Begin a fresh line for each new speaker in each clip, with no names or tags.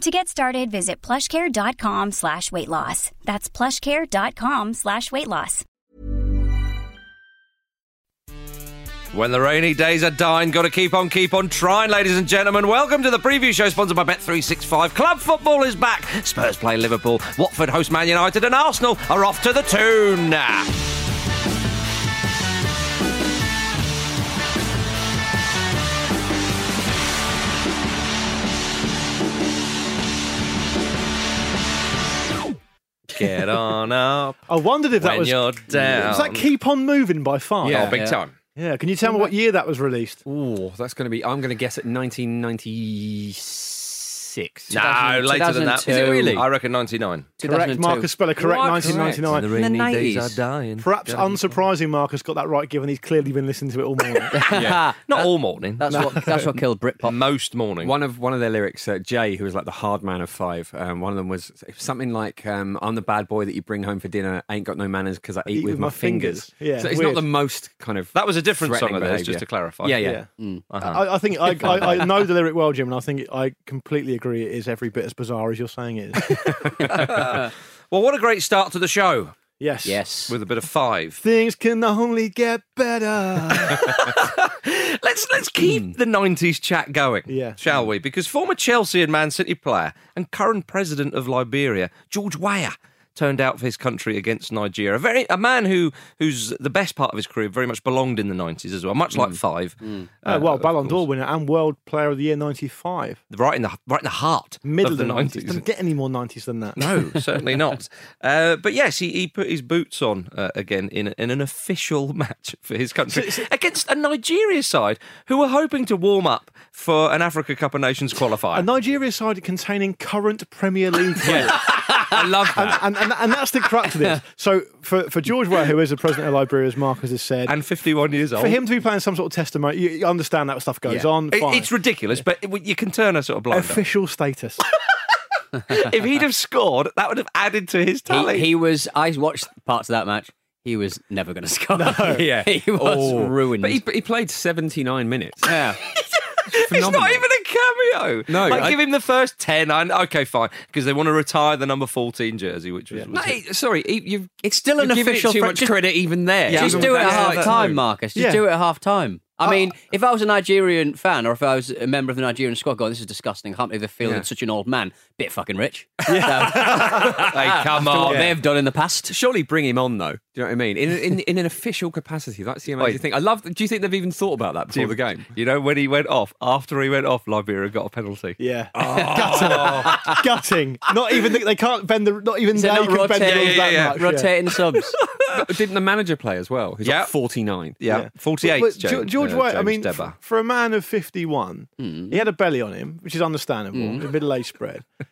To get started, visit plushcare.com slash weight loss. That's plushcare.com slash weight loss.
When the rainy days are dying, got to keep on, keep on trying, ladies and gentlemen. Welcome to the preview show sponsored by Bet365. Club football is back. Spurs play Liverpool, Watford host Man United, and Arsenal are off to the tune. Get on up
I wondered if that
when
was.
you're down.
Was that Keep On Moving by Five?
Oh, big time.
Yeah, can you tell me what year that was released?
Ooh, that's going to be. I'm going to guess at 1996.
No, later than that. Is it
2002.
really? I reckon 99.
Correct,
2002.
Marcus Speller, correct,
What?
1999.
rainy
In the 90s.
dying.
Perhaps unsurprising Marcus got that right given he's clearly been listening to it all morning.
Yeah. Not all morning.
That's what that's what killed Britpop.
most morning.
One of one of their lyrics, uh, Jay, who was like the hard man of five. Um, one of them was something like, um, "I'm the bad boy that you bring home for dinner. Ain't got no manners because I eat, with, my fingers."
Yeah,
so it's
weird.
not the most kind of.
That was a different song
threatening
of theirs, just
behaviour.
to clarify.
Yeah, yeah.
Yeah.
Uh-huh.
I, I think I, I, I know the lyric well, Jim, and I think I completely agree it is every bit as bizarre as you're saying it is.
Well, what a great start to the show
Yes.
Yes.
with a bit of five.
Things can only get better.
Let's let's
Hmm.
keep the '90s chat going,
Yeah.
shall we? Because former Chelsea and Man City player and current president of Liberia, George Weah, turned out for his country against Nigeria. A very a man who who's the best part of his career very much belonged in the '90s as well, much like Five.
Uh, Hmm. well,
of
Ballon d'Or
course.
winner and World Player of the Year 95.
right in the right in the heart,
Middle
of the
'90s. Doesn't get any more 90s than that.
No, certainly not. Uh, but yes, he, he put his boots on uh, again in, in an official match for his country against a Nigeria side who were hoping to warm up for an Africa Cup of Nations qualifier.
A Nigeria side containing current Premier League players.
I love that.
and, and, and that's the crux of this. So for, for George Ware, who is the president of Liberia, as Marcus has said,
and 51 years old.
for him to be playing some sort of testimony, you, you understand that stuff goes
Yeah.
on.
It-
Fine.
it's ridiculous, but it- you can turn a sort of blind. eye.
official status.
if he'd have scored, that would have added to his tally.
He, he was. I watched parts of that match. He was never going to score.
Yeah.
he was
Oh.
ruined.
But he, he played 79 minutes.
yeah.
It's
Phenomenal.
not even a cameo.
No,
like
I-
give him the first ten. I, okay, fine, because they want to retire the number fourteen jersey, which was,
No, he- sorry, he, you've
It's still an
you've given it
official
too
fra-
much
just-
credit even there.
Yeah,
Just
even
do it at
without
half
that
time,
move.
Marcus. Just
Yeah.
do it at half time.
Uh,
I mean, if I was a Nigerian fan or if I was a member of the Nigerian squad, God, this is disgusting. I can't believe they fielded
Yeah.
such an old man. Bit fucking rich.
Hey, come
So,
on.
what they've done in the past.
Surely bring him on though. Do you know what I mean? In, in, in an official capacity, that's the amazing
Wait.
thing. I love. Do you think they've even thought about that before
Jim,
the game?
You know when he went off. After he went off, Liberia got a penalty.
Yeah, gutting, gutting. Not even they can't bend the. Not even
Is
they
it
can
not
bend the
rotate-
rules
yeah,
that
yeah, yeah.
much.
Rotating subs.
But didn't the manager play as well? Who's
Yeah.
like 49.
Yeah,
Yeah.
forty-eight.
Well,
James.
Ge- George
uh,
strange way. I
James
mean,
Debba.
f- for a man of 51,
Hmm.
he had a belly on him, which is understandable, a middle aged spread.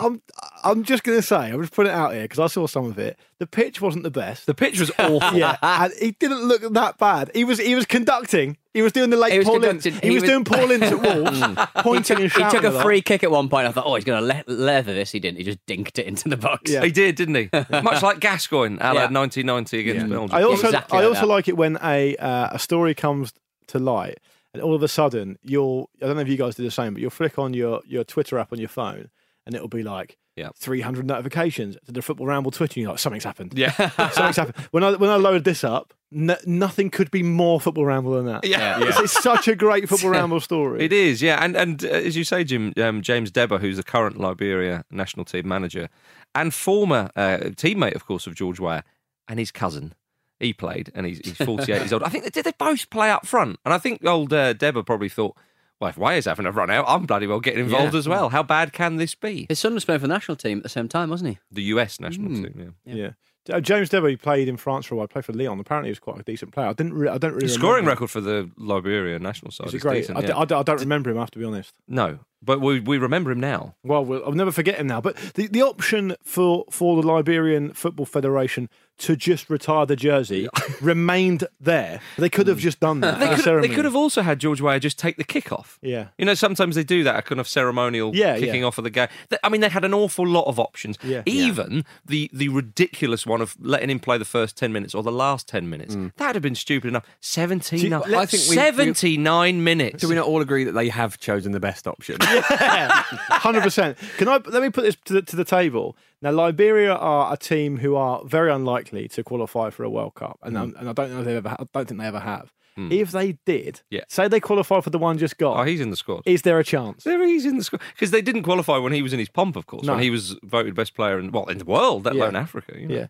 I'm, I'm just going to say, I'm just putting it out here because I saw some of it. The pitch wasn't the best.
the pitch was awful.
yeah, and he didn't look that bad. He was he was conducting. He was doing the late
He was
Paul Ince. He,
conducting. He
was,
was- Hmm.
doing Paul Ince at Wolves, pointing and
He
shouting.
took
lot.
a free kick at one point. I thought, oh, he's going to le- leather this. He didn't. He just dinked it into the box.
Yeah.
He did, didn't he? Much like Gascoigne, a la
Yeah.
1990 against Belgium.
I also
Exactly
I
like
also
that.
like it when a uh, a story comes to light and all of a sudden you'll I don't know if you guys do the same, but you'll flick on your your Twitter app on your phone and it'll be like
Yeah.
300 notifications to the football ramble Twitter. And you're like something's happened.
Yeah.
something's happened. When I when I loaded this up, n- nothing could be more football ramble than that.
Yeah.
It's, it's such a great football ramble story.
It is, yeah, and and uh, as you say, Jim um, James Debba, who's the current Liberia national team manager and former uh, teammate, of course, of George Weah and his cousin. He played, and he's, he's forty eight years old. I think they did. They both play up front, and I think old uh, Debba probably thought, "Well, if Weah's having a run out, I'm bloody well getting involved
Yeah.
as well. How bad can this be?"
His son was playing for the national team at the same time, wasn't he?
The U.S. national
Hmm.
team. Yeah.
Yeah. Uh, James Debo, he played in France for a while. Played for Lyon. Apparently, he was quite a decent player. I didn't. Re- I don't really.
The scoring
remember.
record for the Liberia national side
Is
is,
it great?
decent.
I,
yeah.
d- I d- I don't remember him. I have to be honest.
no, but we we remember him now.
Well, we'll I'll never forget him now. But the, the option for, for the Liberian Football Federation to just retire the jersey remained there. They could have just done that. at
They
a
could, they
ceremony.
could have also had George Weah just take the kick off.
Yeah.
You know, sometimes they do that, a kind of ceremonial
Yeah, yeah.
kicking off of the game. Th- I mean, they had an awful lot of options.
Yeah.
Even the the ridiculous one of letting him play the first 10 minutes or the last 10 minutes. That would have been stupid enough. 17,
Mm. Do you- I
think we-
79 minutes.
Do we not all agree that they have chosen the best option?
Hundred percent. Can I let me put this to the, to the table? Now, Liberia are a team who are very unlikely to qualify for a World Cup,
Hmm.
and, I'm- and I don't know if they ever. ha- I don't think they ever have. If they did,
Yeah.
say they qualify for the one just got,
Oh, he's in the squad.
is there a chance?
There he's in the squad. Because they didn't qualify when he was in his pomp, of course,
No.
when he was voted best player in, well, in the world, let
Yeah.
alone Africa. you know.
Yeah,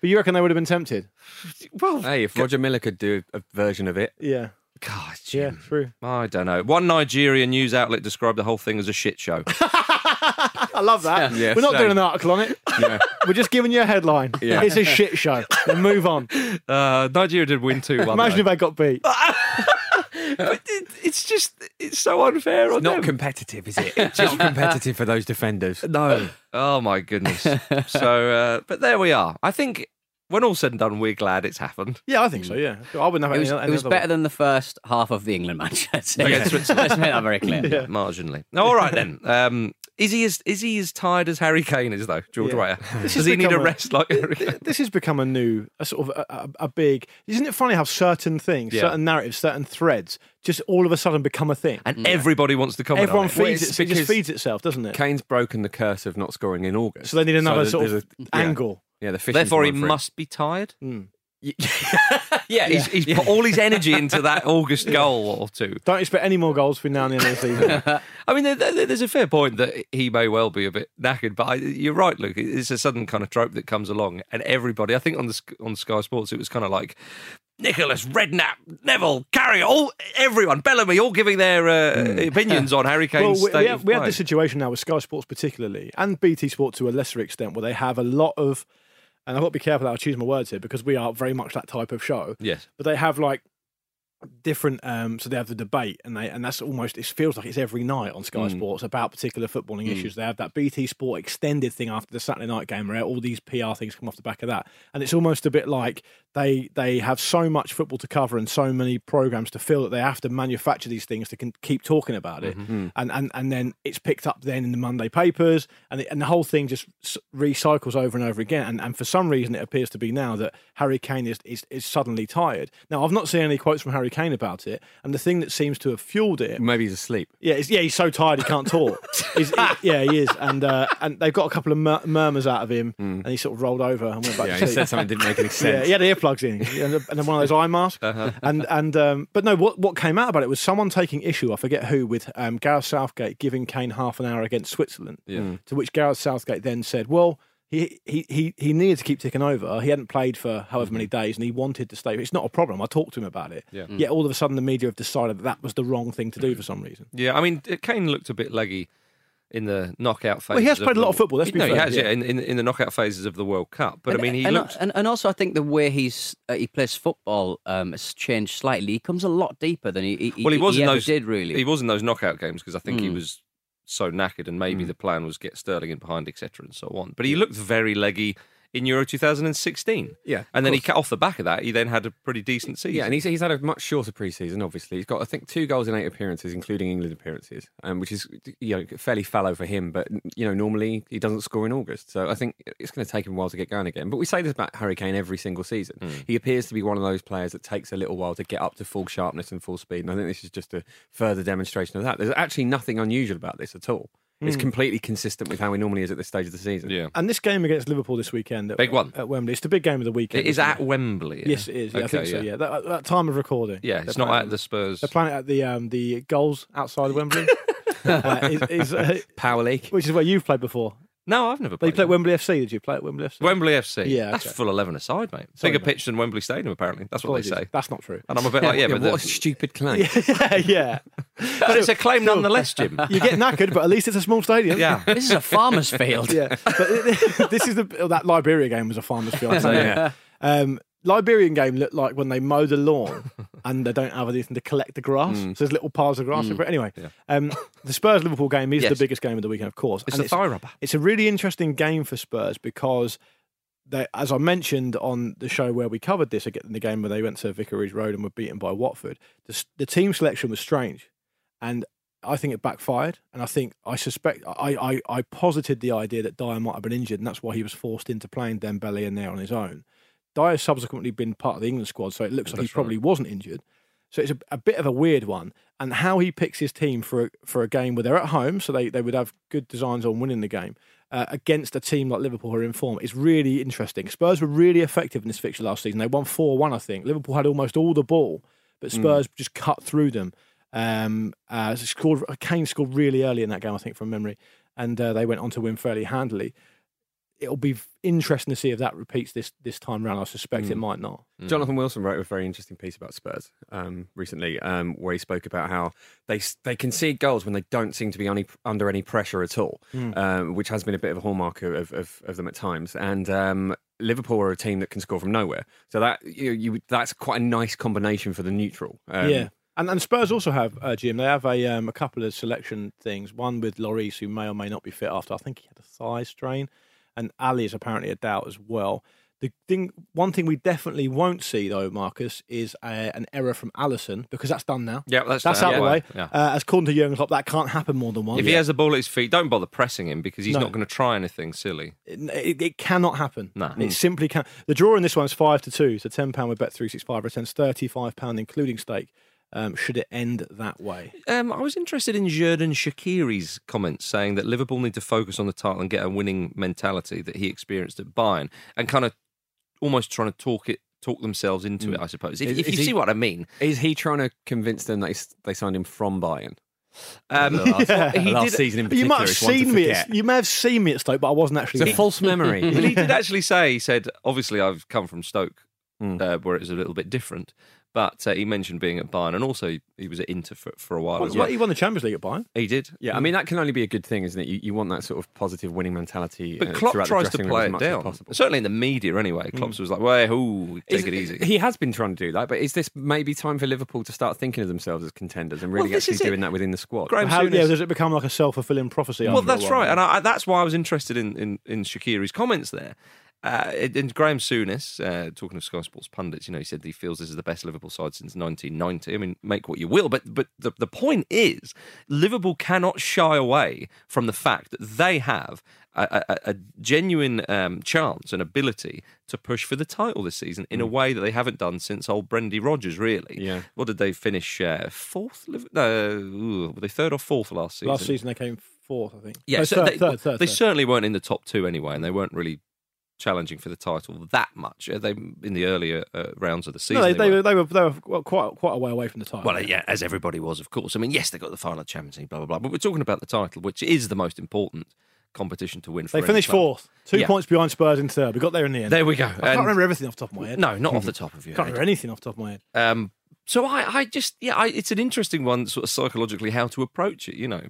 but you reckon they would have been tempted?
Well,
hey, if Roger Miller could do a version of it,
Yeah,
God,
yeah,
Jim.
true.
I don't know. One Nigerian news outlet described the whole thing as a shit show.
I love that.
Yeah,
We're not
same.
doing an article on it. We're just giving you a headline.
Yeah.
It's a shit show. Then move on.
Uh, Nigeria did win 2 1.
Imagine if they got beat.
it's just, it's so unfair on
not
them.
competitive, is it? It's not competitive for those defenders.
no. Oh, my goodness. so, uh, but there we are. I think when all said and done, we're glad it's happened.
Yeah, I think so. Yeah, I wouldn't have any-
It was,
any
it was
other
better
one.
than the first half of the England match. I'd say.
Against Switzerland.
Let's make that very clear.
Marginally. All right, then. Um, is he as is he as tired as Harry Kane is though? George
Yeah.
Weah.
This
Does
has
he need a
become a-
rest like Harry
Th-
Kane?
this has become a new, a sort of a, a, a big. Isn't it funny how certain things,
Yeah.
certain narratives, certain threads, just all of a sudden become a thing?
And everybody wants to comment.
Everyone
on it.
Well,
feeds
it's
it, it just
because-
feeds itself, doesn't it?
Kane's broken the curse of not scoring in August.
So they need another
there's-
sort of
there's yeah.
angle. Hmm.
Yeah, the fish.
Therefore, he must be tired.
Yeah,
He's, he's put all his energy into that August goal or two.
Don't expect any more goals between now and the end of the season.
I mean, there, there, there's a fair point that he may well be a bit knackered, but I, you're right, Luke. It's a sudden kind of trope that comes along, and everybody. I think on the Sk- on Sky Sports, it was kind of like Nicholas Redknapp, Neville, Carrier, all everyone, Bellamy, all giving their uh, opinions on Harry
well,
Kane's
we,
state
we, have,
of
we have
play.
this situation now with Sky Sports particularly, and BT Sport to a lesser extent, where they have a lot of. And I've got to be careful that I choose my words here because we are very much that type of show.
Yes.
but they have like different um so they have the debate and they and that's almost it feels like it's every night on sky sports about particular footballing issues they have that bt sport extended thing after the saturday night game where all these pr things come off the back of that and it's almost a bit like they they have so much football to cover and so many programs to fill that they have to manufacture these things to can keep talking about it
Mm-hmm. Hmm.
and, and and then it's picked up then in the monday papers and it, and the whole thing just s- recycles over and over again and, and for some reason it appears to be now that harry kane is, is is suddenly tired now i've not seen any quotes from harry kane about it and the thing that seems to have fueled it
Maybe he's asleep.
yeah, it's, yeah, he's so tired he can't talk. He's- he- yeah, he is, and uh, and they've got a couple of mur- murmurs out of him, and he sort of rolled over and went back
Hmm. Yeah,
to
he
sleep.
said something that didn't make any
Yeah,
sense.
he had earplugs in, and a- and then one of those eye masks. And and um, but no, what what came out about it was someone taking issue. I forget who with um, Gareth Southgate giving Kane half an hour against Switzerland. To which Gareth Southgate then said, "Well." He, he, he, he needed to keep ticking over. He hadn't played for however many days and he wanted to stay. It's not a problem. I talked to him about it. Yeah. Yet all of a
uh,
sudden, the media have decided that that was the wrong thing to do for some reason.
Yeah, I mean, Kane looked a bit leggy in the knockout phases.
Well, he has played
the,
a lot of football, let's be
no, he
fair,
has. Yeah,
yeah.
in, in in the knockout phases of the World Cup. But I mean, he
and,
looked.
and, and also I think the way he's uh, he plays football um, has changed slightly. He comes a lot deeper than he, he
well, he was in
ever
those.
did really.
He was in those knockout games because I think he
Mm.
was so knackered, and
Hmm.
maybe the plan was get Sterling in behind, etc., and so on. But he looked very leggy in Euro 2016.
Yeah,
and
of
then he
course.
cut off the back of that. He then had a pretty decent season.
Yeah, and he's, he's had a much shorter preseason. Obviously, he's got I think two goals in eight appearances, including England appearances, um, which is you know fairly fallow for him. But you know normally he doesn't score in August, so I think it's going to take him a while to get going again. But we say this about Harry Kane every single season.
Hmm.
He appears to be one of those players that takes a little while to get up to full sharpness and full speed, and I think this is just a further demonstration of that. There's actually nothing unusual about this at all. It's completely consistent with how he normally is at this stage of the season.
Hmm. yeah.
And this game against Liverpool this weekend, at,
Big one.
at Wembley, it's the big game of the weekend.
It is
isn't
at Wembley. yeah?
Yes, it is. Yeah, I
Okay,
think so. Yeah, that, that time of recording.
Yeah,
They're
it's not
playing
at the Spurs.
They're playing it at the um, the goals outside Wembley, uh, is, is, uh,
Power league.
which is where you've played before.
No, I've never
They
played.
played
there.
Wembley FC. Did you play at Wembley FC?
Wembley FC.
Yeah,
that's
okay.
full eleven aside, mate.
Sorry, mate.
Bigger pitch than Wembley Stadium, apparently. That's what
Apologies.
they say.
That's not true.
And I'm a bit like, yeah,
Yeah,
but,
what a
the-
stupid claim.
yeah,
but it's a claim nonetheless, Jim.
you get knackered, but at least it's a small stadium.
yeah.
this is a farmer's field.
yeah. But it- this is the oh, that Liberia game was a farmer's field. so,
Yeah.
Um, Liberian game looked like when they mow the lawn and they don't have anything to collect the grass.
Mm.
So there's little piles of grass. over it. Anyway, um, the Spurs Liverpool game is the
Yes.
biggest game of the weekend, of course.
It's
and
a thigh rubber.
It's a really interesting game for Spurs because. They, as I mentioned on the show where we covered this again, the game where they went to Vicarage Road and were beaten by Watford, the, s- the team selection was strange, and I think it backfired. And I think I suspect I, I I posited the idea that Dyer might have been injured, and that's why he was forced into playing Dembele in there on his own. Dyer's subsequently been part of the England squad, so it looks like he probably wasn't injured. So it's a, a bit of a weird one, and how he picks his team for a, for a game where they're at home, so they, they would have good designs on winning the game uh, against a team like Liverpool who are in form is really interesting. Spurs were really effective in this fixture last season. They won four one, I think. Liverpool had almost all the ball, but Spurs just cut through them. Um, uh, scored Kane scored really early in that game, I think, from memory, and uh, they went on to win fairly handily. It'll be interesting to see if that repeats this this time round. I suspect it might not.
Jonathan Wilson wrote a very interesting piece about Spurs um, recently, um, where he spoke about how they s- they concede goals when they don't seem to be any, under any pressure at all,
Hmm.
um, which has been a bit of a hallmark of, of- of, of them at times. And um, Liverpool are a team that can score from nowhere, so that you, you would- that's quite a nice combination for the neutral. Um,
yeah. And, and Spurs also have uh, Jim. They have a um, a couple of selection things. One with Lloris, who may or may not be fit after. I think he had a thigh strain, and Ali is apparently a doubt as well. The thing, one thing we definitely won't see though, Marcus, is a, an error from Allison because that's done now.
Yeah, that's
that's
done,
out of the
yeah.
way.
Yeah.
Uh, as according to Jurgen Klopp, that can't happen more than once.
If he has the ball at his feet, don't bother pressing him because he's
No.
not going to try anything silly.
it, it- it cannot happen.
No. Hmm.
It simply can. The draw in this one is five to two, so ten pound with bet three six five returns thirty five pound including stake. Um, should it end that way?
Um, I was interested in Jordan Shakiri's comments saying that Liverpool need to focus on the title and get a winning mentality that he experienced at Bayern and kind of almost trying to talk it, talk themselves into it. I suppose if,
Is-
if
is
you
he-
see what I mean.
Is he trying to convince them that he's, they signed him from Bayern?
Um,
Yeah.
he
Last
did-
season in
you
particular,
might have
it's one to
seen me.
forget.
At, you may have seen me at Stoke, but I wasn't actually.
It's a
there.
false
but he
memory.
did actually say, he said, obviously I've come from Stoke,
Hmm.
uh, where it was a little bit different, but uh, he mentioned being at Bayern, and also he was at Inter for, for a while
Well,
as well.
He won the Champions League at Bayern. Mm.
He did,
Yeah, I mean that can only be a good thing, isn't it? You, you want that sort of positive winning mentality.
But
uh,
Klopp
throughout the
tries to
dressing room as
play it
much as
down,
possible.
certainly in the media anyway. Klopp was like, "Well, ooh, take
Is-
it easy."
He has been trying to do that, but is this maybe time for Liverpool to start thinking of themselves as contenders and really
Well, this
actually
is it.
doing that within the squad?
Graham
How,
Souness-
yeah, does it become like a self fulfilling prophecy?
Well,
after a
that's
while?
right, and I, I- that's why I was interested in in, in Shakiri's comments there. Uh, and and Graham Souness, uh, talking of Sky Sports pundits, you know, he said he feels this is the best Liverpool side since 1990. I mean, make what you will, but but the, the point is, Liverpool cannot shy away from the fact that they have a, a, a genuine um, chance and ability to push for the title this season in a way that they haven't done since old Brendy Rodgers. Really,
Yeah.
What did they finish uh, fourth? Liv- No, ooh, were they third or fourth last season?
Last season they came fourth, I think.
Yeah,
No,
so
third,
they,
third, third,
they
third.
certainly weren't in the top two anyway, and they weren't really challenging for the title that much. Uh, They in the earlier uh, rounds of the season.
No, they,
they
they,
weren't.
were, they were they were well, quite quite a way away from the title.
Well, uh, yeah, as everybody was, of course. I mean, yes, they got the final Champions League, blah blah blah. But we're talking about the title, which is the most important competition to win. For
they
any
finished
club.
fourth, two
Yeah.
points behind Spurs in third. We got there in the end.
There we go.
I can't remember everything off the top of my head. Hmm.
No, not off the top of your
can't
head.
remember anything off the top of my head.
Um, so I, I just, yeah, I, it's an interesting one, sort of psychologically, how to approach it. You know,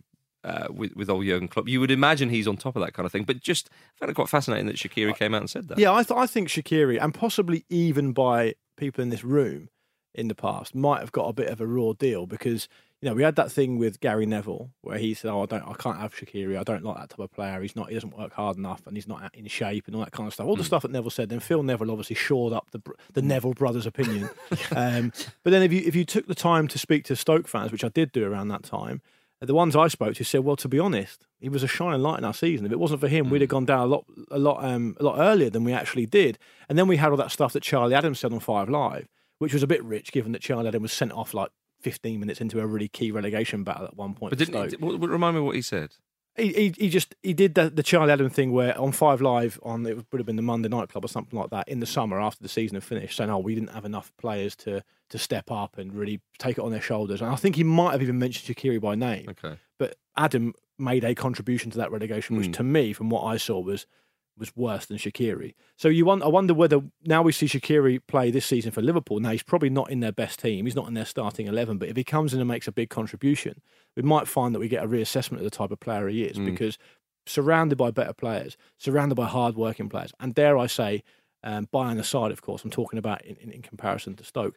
uh, with with old Jurgen Klopp. You would imagine he's on top of that kind of thing, but just I found it quite fascinating that Shakiri came out and said that.
Yeah, I, th- I think Shakiri, and possibly even by people in this room in the past, might have got a bit of a raw deal because you know we had that thing with Gary Neville where he said, "Oh, I don't, I can't have Shakiri. I don't like that type of player. He's not, he doesn't work hard enough, and he's not in shape, and all that kind of stuff."
Hmm.
All the stuff that Neville said. Then Phil Neville obviously shored up the br- the Neville brothers' opinion. um, but then if you if you took the time to speak to Stoke fans, which I did do around that time. The ones I spoke to said, "Well, to be honest, he was a shining light in our season. If it wasn't for him, we'd
Mm.
have gone down a lot, a lot, um, a lot earlier than we actually did. And then we had all that stuff that Charlie Adams said on Five Live, which was a bit rich, given that Charlie Adams was sent off like 15 minutes into a really key relegation battle at one point.
But
for
didn't he,
Stoke.
w- w- remind me what he said.
He, he, he just he did the, the Charlie Adam thing where on Five Live on it would have been the Monday Night Club or something like that in the summer after the season had finished, saying, "Oh, we didn't have enough players to to step up and really take it on their shoulders." And I think he might have even mentioned Shakiri by name,
Okay.
but Adam made a contribution to that relegation, which to me, from what I saw, was was worse than Shakiri. So you won- I wonder whether now we see Shakiri play this season for Liverpool. Now he's probably not in their best team. He's not in their starting eleven. But if he comes in and makes a big contribution, we might find that we get a reassessment of the type of player he is because surrounded by better players, surrounded by hard-working players, and dare I say, um, by the side, of course, I'm talking about in, in, in comparison to Stoke.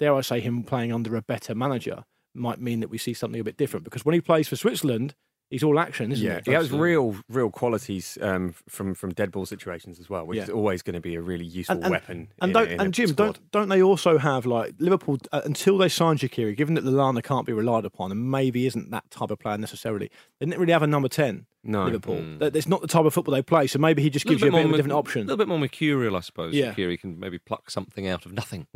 Dare I say, him playing under a better manager might mean that we see something a bit different because when he plays for Switzerland, he's all action, isn't
Yeah,
he?
he has real, real qualities um, from from dead ball situations as well, which
Yeah.
is always going to be a really useful
and, and-
weapon.
And
in-
don't,
in a
and Jim,
squad.
don't don't they also have like Liverpool uh, until they sign Shakiri, given that Lallana can't be relied upon and maybe isn't that type of player necessarily. They didn't really have a number ten.
No. Mm.
Liverpool. That It's not the type of football they play. So maybe he just gives you a bit of a different option.
A little bit more mercurial, I suppose.
Yeah. Hmm.
Mercury can maybe pluck something out of nothing.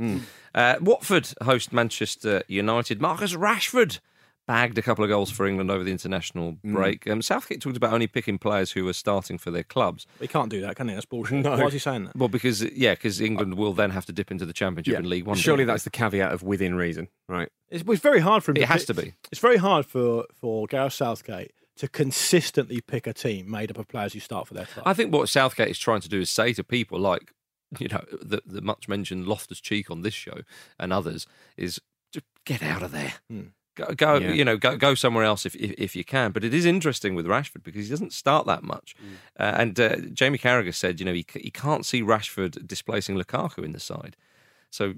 Uh, Watford host Manchester United. Marcus Rashford bagged a couple of goals for England over the international
Hmm.
break. Um, Southgate talked about only picking players who were starting for their clubs.
He can't do that, can he? That's bullshit. Why is he saying that?
Well, because yeah, because England will then have to dip into the Championship and League One.
Surely
don't
that's the caveat of within reason, right?
It's, it's very hard for him.
It
to
has
pick-
to be.
It's very hard for for Gareth Southgate to consistently pick a team made up of players who start for their club.
they? I think what Southgate is trying to do is say to people like, you know, the, the much mentioned Loftus Cheek on this show and others is just get out of there. Go, go
Yeah.
you know, go, go somewhere else if, if if you can. But it is interesting with Rashford because he doesn't start that much. Uh, and uh, Jamie Carragher said, you know, he c- he can't see Rashford displacing Lukaku in the side, so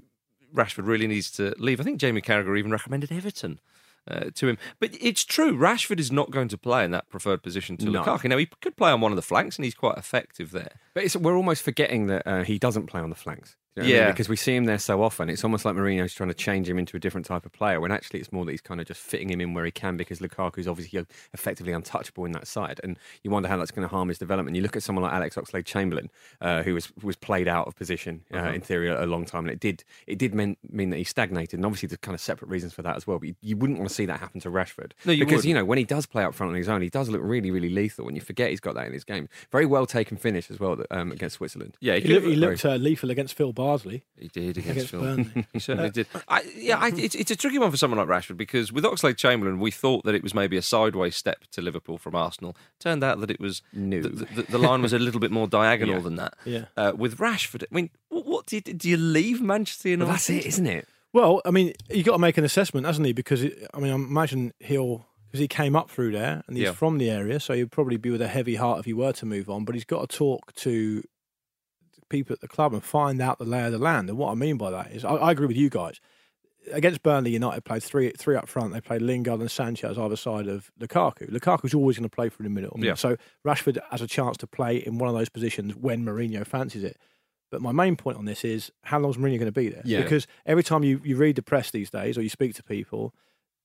Rashford really needs to leave. I think Jamie Carragher even recommended Everton. Uh, to him, but it's true. Rashford is not going to play in that preferred position to
No.
Lukaku. Now he could play on one of the flanks, and he's quite effective there.
But it's, we're almost forgetting that uh, he doesn't play on the flanks. Do you know what I mean?
Yeah.
because we see him there so often. It's almost like Mourinho's trying to change him into a different type of player, when actually it's more that he's kind of just fitting him in where he can because Lukaku's obviously uh, effectively untouchable in that side. And you wonder how that's going to harm his development. You look at someone like Alex Oxlade Chamberlain, uh, who was was played out of position uh, in theory a, a long time, and it did it did mean, mean that he stagnated. And obviously there's kind of separate reasons for that as well. But you, you wouldn't want to see that happen to Rashford
No, you
because
wouldn't.
you know when he does play up front on his own, he does look really really lethal. And you forget he's got that in his game. Very well taken finish as well um, against Switzerland.
Yeah,
he, looked, he looked uh, lethal against Phil Barsley.
He did
Against
against, Phil.
Burnley. Uh,
he certainly did. I, yeah, I, it's, it's a tricky one for someone like Rashford because with Oxlade Chamberlain, we thought that it was maybe a sideways step to Liverpool from Arsenal. Turned out that it was
No.
The, the, the line was a little bit more diagonal than that.
Yeah.
Uh, with Rashford, I mean, what, what do you do? You leave Manchester
Well,
United?
that's it, isn't it?
Well, I mean, you got to make an assessment, hasn't he? Because it, I mean, I imagine he'll because he came up through there and he's
Yeah.
from the area, so he'd probably be with a heavy heart if he were to move on. But he's got to talk to people at the club and find out the lay of the land. And what I mean by that is, I, I agree with you guys. Against Burnley, United played three three up front. They played Lingard and Sanchez either side of Lukaku. Lukaku's always going to play through the middle.
Yeah.
So Rashford has a chance to play in one of those positions when Mourinho fancies it. But my main point on this is how long's Mourinho going to be there?
Yeah.
Because every time you, you read the press these days or you speak to people,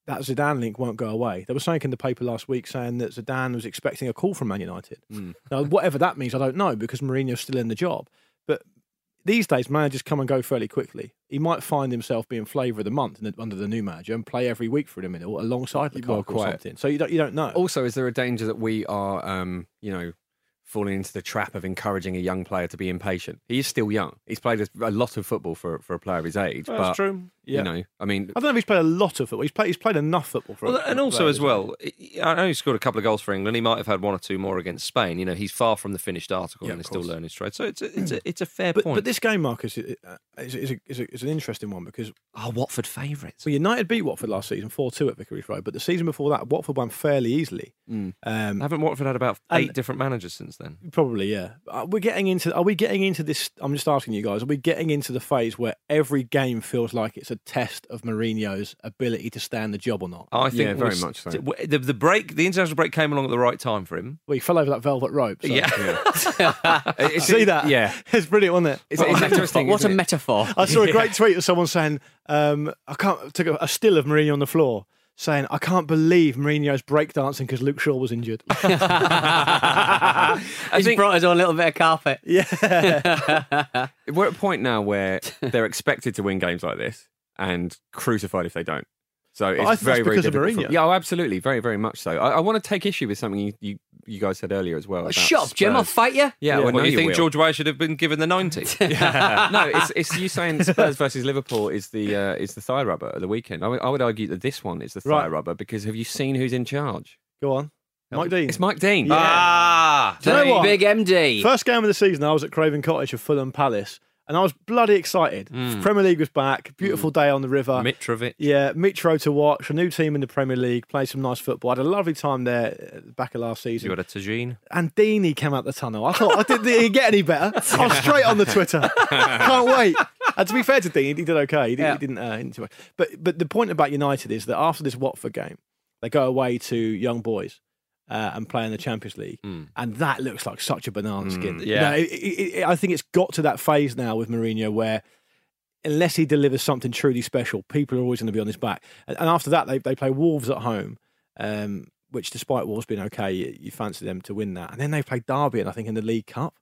that Zidane link won't go away. There was something in the paper last week saying that Zidane was expecting a call from Man United.
Hmm.
Now, whatever that means, I don't know because Mourinho's still in the job. But these days, managers come and go fairly quickly. He might find himself being flavour of the month in the, under the new manager and play every week for the middle alongside Lukaku
Well,
or
quite.
something. So you don't, you don't know.
Also, is there a danger that we are, um, you know, falling into the trap of encouraging a young player to be impatient? He is still young. He's played a, a lot of football for for a player of his age.
Well,
but
that's true.
Yeah.
You know, I mean,
I don't know if he's played a lot of football. He's played he's played enough football for.
Well,
a-
and
for a
also
player,
as
isn't
well, he- I know he scored a couple of goals for England. He might have had one or two more against Spain. You know, he's far from the finished article
Yeah, of
and he's still
course.
learning his trade. So it's a, it's a, it's a fair
But,
point.
but this game, Marcus, is, is, is, a, is, a, is an interesting one because
are Watford favourites.
well, United beat Watford last season four two at Vicarage Road, but the season before that, Watford won fairly easily.
Hmm.
Um,
Haven't Watford had about
And-
eight different managers since then?
Probably, yeah. Are we getting into? Are we getting into this? I'm just asking you guys. Are we getting into the phase where every game feels like it's a test of Mourinho's ability to stand the job or not?
I think
Yeah, very
we'll-
much so.
w- The, the break, the international break came along at the right time for him.
Well, he fell over that velvet rope. So.
it's,
see that?
Yeah.
it's brilliant, wasn't it?
It's, it's interesting.
what a
isn't it?
metaphor.
I saw a great tweet of someone saying, um, "I can't." Took a, a still of Mourinho on the floor saying, "I can't believe Mourinho's breakdancing because Luke Shaw was injured."
He's
think-
brought us on a little bit of carpet.
We're at a point now where they're expected to win games like this and crucified if they don't. So it's
I think that's
very, very
because of
difficult for-
Mourinho.
yeah, oh, absolutely, very, very much so. I, I want to take issue with something you, you, you guys said earlier as
Oh,
well. about
Shut up, Jim. I'll
Spurs.
fight you.
Yeah, well,
Well,
no,
you
you
think
will.
George Weah should have been given the 90?
no, it's, it's you saying Spurs versus Liverpool is the uh, is the thigh rubber of the weekend. I would- I would argue that this one is the thigh
Right.
rubber because have you seen who's in charge?
Go on, Mike Dean.
It's Mike Dean.
Ah!
Do you know
Hey,
what?
Big MD.
First game of the season, I was at Craven Cottage of Fulham Palace, and I was bloody excited.
Hmm.
Premier League was back. Beautiful day on the river.
Mitrovic.
Yeah, Mitro to watch. A new team in the Premier League. Played some nice football. had a lovely time there at the back of last
You
season.
had a Tajine.
And Deeney came out the tunnel. I thought I didn't think he'd get any better. I was straight on the Twitter. Can't wait. And to be fair to Deeney, he did okay. He, did,
Yeah.
he didn't. Uh, he didn't do much. But but the point about United is that after this Watford game, they go away to young boys. Uh, and play in the Champions League, and that looks like such a banana skin.
yeah.
No, it- it- it- I think it's got to that phase now with Mourinho where unless he delivers something truly special, people are always going to be on his back. And, and after that, they, they play Wolves at home, um, which despite Wolves being okay, you, you fancy them to win that. And then they play Derby, and I think in the League Cup.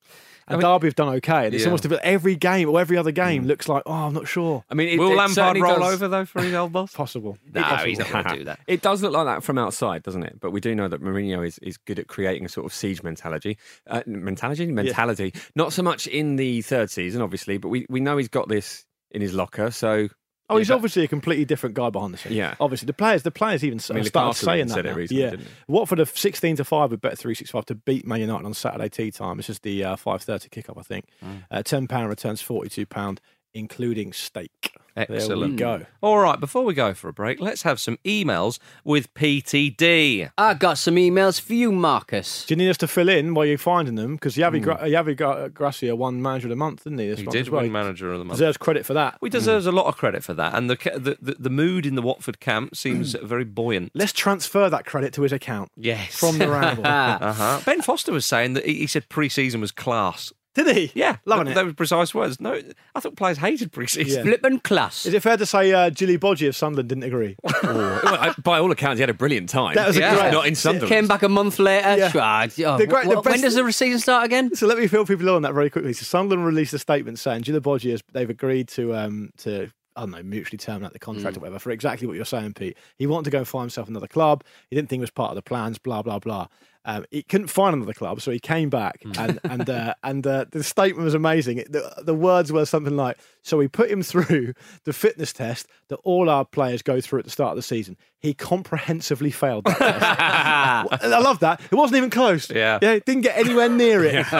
And Derby have done okay. And it's
Yeah.
almost almost every game or every other game looks like, oh, I'm not sure.
Mm. I mean, it,
Will
it
Lampard
certainly
roll
does-
over, though, for his old boss?
Possible.
No, he's not going to do that.
It does look like that from outside, doesn't it? But we do know that Mourinho is, is good at creating a sort of siege mentality, uh, mentality, mentality. Not so much in the third season, obviously, but we, we know he's got this in his locker. So
Oh, he's
Yeah, but-
obviously a completely different guy behind the scenes.
Yeah.
obviously the players, the players even
I mean,
started
Lukaku
saying
even
that.
said it
now.
recently,
yeah,
didn't he?
Watford are sixteen to five with Bet three six five to beat Man United on Saturday tea time. This is the uh, five thirty kickoff, I think.
Mm.
Uh, Ten pound returns forty two pound, including steak.
Excellent.
There we go.
All right, before we go for a break, let's have some emails with PTD.
I got some emails for you, Marcus.
Do you need us to fill in while you're finding them? Because
Hmm.
Yavi, Gra- Yavi Gra- Gracia won Manager of the Month, didn't he? This
He
month
did
as well.
win Manager of the Month.
Deserves credit for that.
We deserves a lot of credit for that, and the ca- the, the, the mood in the Watford camp seems very buoyant.
Let's transfer that credit to his account
Yes,
from the ramble.
uh-huh. Ben Foster was saying that he, he said pre-season was class.
did he?
Yeah,
loving it.
th- Those were precise words. No, I thought players hated pre-season.
Yeah.
Flippin' class.
Is it fair to say uh, Gilly Bodgy of Sunderland didn't agree?
Well, I- by all accounts, he had a brilliant time.
That was a
Yeah. great-
Not in Sunderland.
Came back a month later.
Yeah.
Ah, oh,
The great- the
wh- when
best-
does the season start again?
So let me fill people in on that very quickly. So Sunderland released a statement saying Gillibodgi has they've agreed to um to I don't know, mutually terminate the contract or whatever for exactly what you're saying, Pete. He wanted to go and find himself another club. He didn't think it was part of the plans, blah, blah, blah. Um, he couldn't find another club, so he came back and and uh, and uh, the statement was amazing. It- The, the words were something like, "So we put him through the fitness test that all our players go through at the start of the season. He comprehensively failed that test. I love that. It wasn't even close.
Yeah.
yeah, didn't get anywhere near it.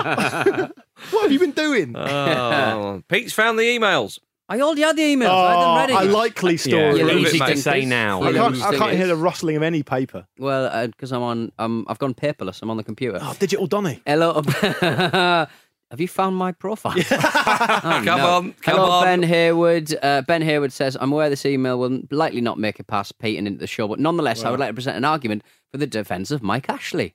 What have you been doing?
Oh, Pete's found the emails.
I already had the emails. I had them
Oh,
ready.
a likely
Yeah,
story.
You
prove
lazy
it, mate.
dinkers.
Say now.
I
You
can't,
lazy
I can't hear
dinkers.
the rustling of any paper.
Well, because I'm on, um, I've gone paperless. I'm on the computer.
Oh, digital Donny.
Hello. Uh, Have you found my profile? Oh,
Come
no.
on, come
Hello,
on.
Ben Hayward. Uh, ben Hayward says, I'm aware this email will likely not make it past Pete and into the show, but nonetheless, I would like to present an argument for the defence of Mike Ashley.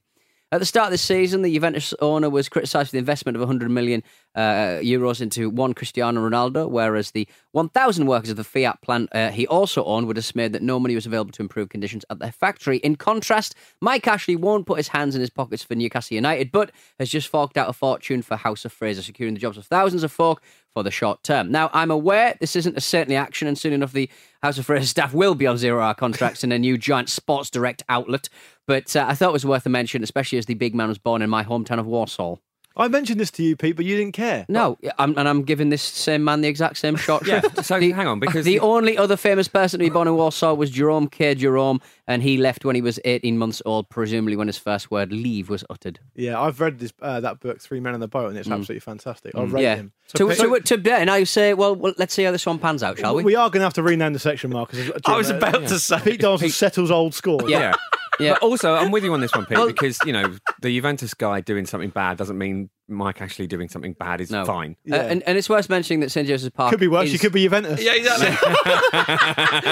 At the start of this season, the Juventus owner was criticised for the investment of 100 million uh, euros into one Cristiano Ronaldo, whereas the 1,000 workers of the Fiat plant uh, he also owned were dismayed that no money was available to improve conditions at their factory. In contrast, Mike Ashley won't put his hands in his pockets for Newcastle United, but has just forked out a fortune for House of Fraser, securing the jobs of thousands of folk for the short term. Now, I'm aware this isn't a certainly action, and soon enough, the House of Fraser staff will be on zero hour contracts in a new giant sports direct outlet. But uh, I thought it was worth a mention, especially as the big man was born in my hometown of Warsaw.
I mentioned this to you, Pete, but you didn't care.
No, I'm, and I'm giving this same man the exact same shot.
Yeah,
shrift.
so
the,
hang on, because
the
the-
only other famous person to be born in Warsaw was Jerome K. Jerome, and he left when he was 18 months old, presumably when his first word "leave" was uttered.
Yeah, I've read this uh, that book, Three Men in a Boat, and it's absolutely fantastic.
Mm.
I rate
Mm. Yeah.
him.
to, to, to, Ben, I say, well, well, let's see how this one pans out, shall we?
we are going to have to rename the section, Marcus.
I was about to say.
Pete Donaldson settles old scores.
Yeah.
Yeah. Oh.
But also, I'm with you on this one, Pete,
Well-
because, you know, the Juventus guy doing something bad doesn't mean Mike Ashley doing something bad is
No.
fine.
Uh, and, and it's worth mentioning that St. Joseph's Park
Could be worse.
Is,
You could be Juventus.
Yeah, exactly.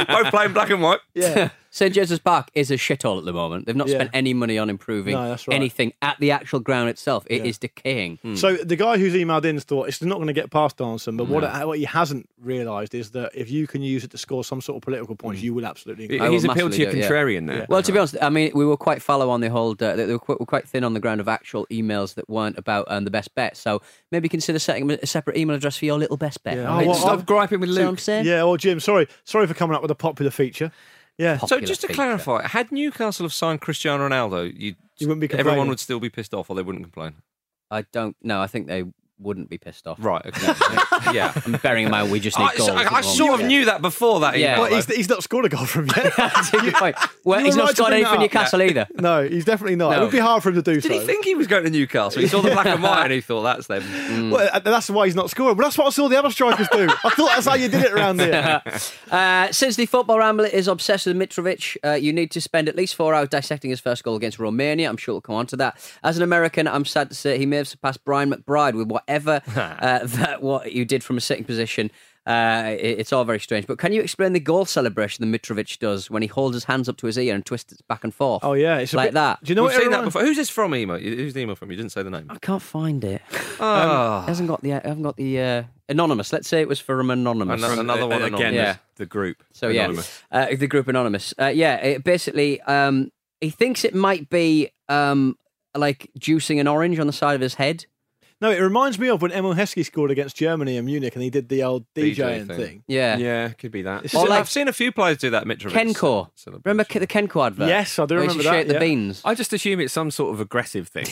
Both playing black and white.
Yeah.
St. Joseph's Park is a shithole at the moment. They've not
Yeah.
spent any money on improving
No, that's right.
anything at the actual ground itself. It is decaying. Hmm.
So the guy who's emailed in thought it's not going to get past Donaldson, but what, what he hasn't realised is that if you can use it to score some sort of political points, you will absolutely.
He-
I will
He's appealed
massively
to your
do it, yeah.
contrarian there.
Hmm. Well, to be honest, I mean, we were quite fallow on the whole. Uh, they were quite, were quite thin on the ground of actual emails that weren't about um, the best bet. So maybe consider setting a separate email address for your little best bet.
Yeah.
Right?
Oh, well,
Stop
I've-
griping with
See what I'm
Luke.
saying?
Yeah. Well, Jim, sorry, sorry for coming up with a popular feature. Yeah.
Popular
so just to
feature.
clarify, had Newcastle have signed Cristiano Ronaldo, you'd,
You wouldn't be complaining.
everyone would still be pissed off, or they wouldn't complain.
I don't know. I think they wouldn't be pissed off.
Right. Okay. yeah.
I'm bearing in mind we just need
I,
goals.
I,
at
I
the moment.
sort of knew that before that.
Yeah.
Email,
But he's,
though.
he's not scored a goal from yet.
That's a good point. Well,
You
he's
were
not
right to
scored
bring
any
that
for
up.
Newcastle either.
no, he's definitely not. It
No.
would be hard for him to do so.
Did he think he was going to Newcastle? He saw the black and white and he thought that's them.
Well, uh, that's why he's not scoring. But that's what I saw the other strikers do. I thought that's how you did it around here.
Uh, since the football ramble is obsessed with Mitrovic, uh, you need to spend at least four hours dissecting his first goal against Romania. I'm sure we'll come on to that. As an American, I'm sad to say he may have surpassed Brian McBride with whatever uh, that what you did from a sitting position. Uh, it- it's all very strange. But can you explain the goal celebration that Mitrovic does when he holds his hands up to his ear and twists it back and forth?
Oh yeah, it's a
like
bit-
that.
Do you know
We've
what
seen that
everyone-
before. Who's this from? Email? Who's the email from? You didn't say the name.
I can't find it. I
Ah.
haven't got the. I haven't got the uh, anonymous. Let's say it was from anonymous.
Another- another
uh,
one.
uh, Again,
Yeah.
anonymous.
the group.
So
Anonymous.
yeah, uh, the group anonymous. Uh, yeah, it basically, um, he thinks it might be um, like juicing an orange on the side of his head.
No, it reminds me of when Emil Heskey scored against Germany in Munich, and he did the old
DJ
DJing
thing.
thing.
Yeah,
Yeah, could be that.
It's
Or
So
like
I've seen a few players do that. Mitrovic.
Kenko.
celebration.
Remember Ke- the Kenko advert?
Yes, I do
Where he
remember
used to
that,
shake the
yeah.
beans.
I just assume it's some sort of aggressive thing.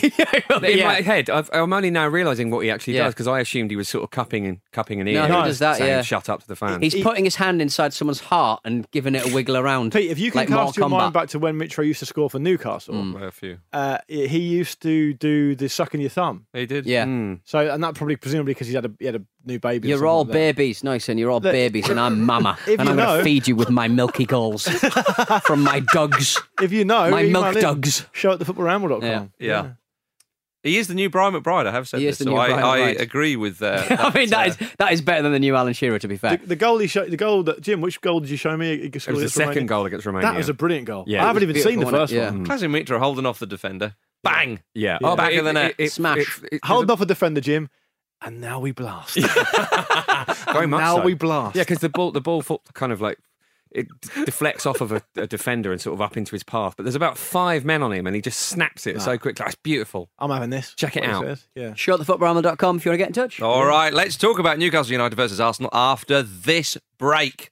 In
yeah.
my head, I've, I'm only now realizing what he actually
Yeah.
does because I assumed he was sort of cupping and cupping an ear.
No, he
and
does that,
saying,
yeah.
Shut up to the fans.
He's putting his hand inside someone's heart and giving it a wiggle around.
Pete, if you can
like
cast your
Mortal Kombat.
mind back to when Mitro used to score for Newcastle,
a few.
uh, he used to do the sucking your thumb.
He did.
yeah.
So, and that probably presumably because he had a he had a new baby. or
You're
something
all
like that.
babies, nice, and you're all
Look,
babies, and I'm mama,
if
and I'm
you
going
know-
to feed you with my milky goals from my dogs.
If you know,
My
email
milk
in,
dogs.
Show at thefootballramble.com.
Yeah.
Yeah. He is the new Brian McBride. I have said
He
this,
is the
so
new
I,
Brian
I
McBride.
agree with. Uh,
I mean, that
uh,
is that is better than the new Alan Shearer, to be fair.
The, the goal he showed, the goal that Jim, which goal did you show me? It
it was the second goal against Romania.
That was a brilliant goal.
Yeah,
I
it
haven't
was
even seen the
beautiful,
first
wasn't it?
one.
Classic Mitra holding off the defender. Bang.
Hmm. yeah,
Oh,
but
back of the net.
Smash.
Hold off a defender, Jim, and now we blast.
Very much
now
so.
we blast.
Yeah, because the ball, the ball fo- kind of like it d- deflects off of a, a defender and sort of up into his path. But there's about five men on him, and he just snaps it so quickly. That's beautiful.
I'm having this.
Check it
What
out.
is Yeah.
showthefootballramble.com if you want to get in touch.
All right, let's talk about Newcastle United versus Arsenal after this break.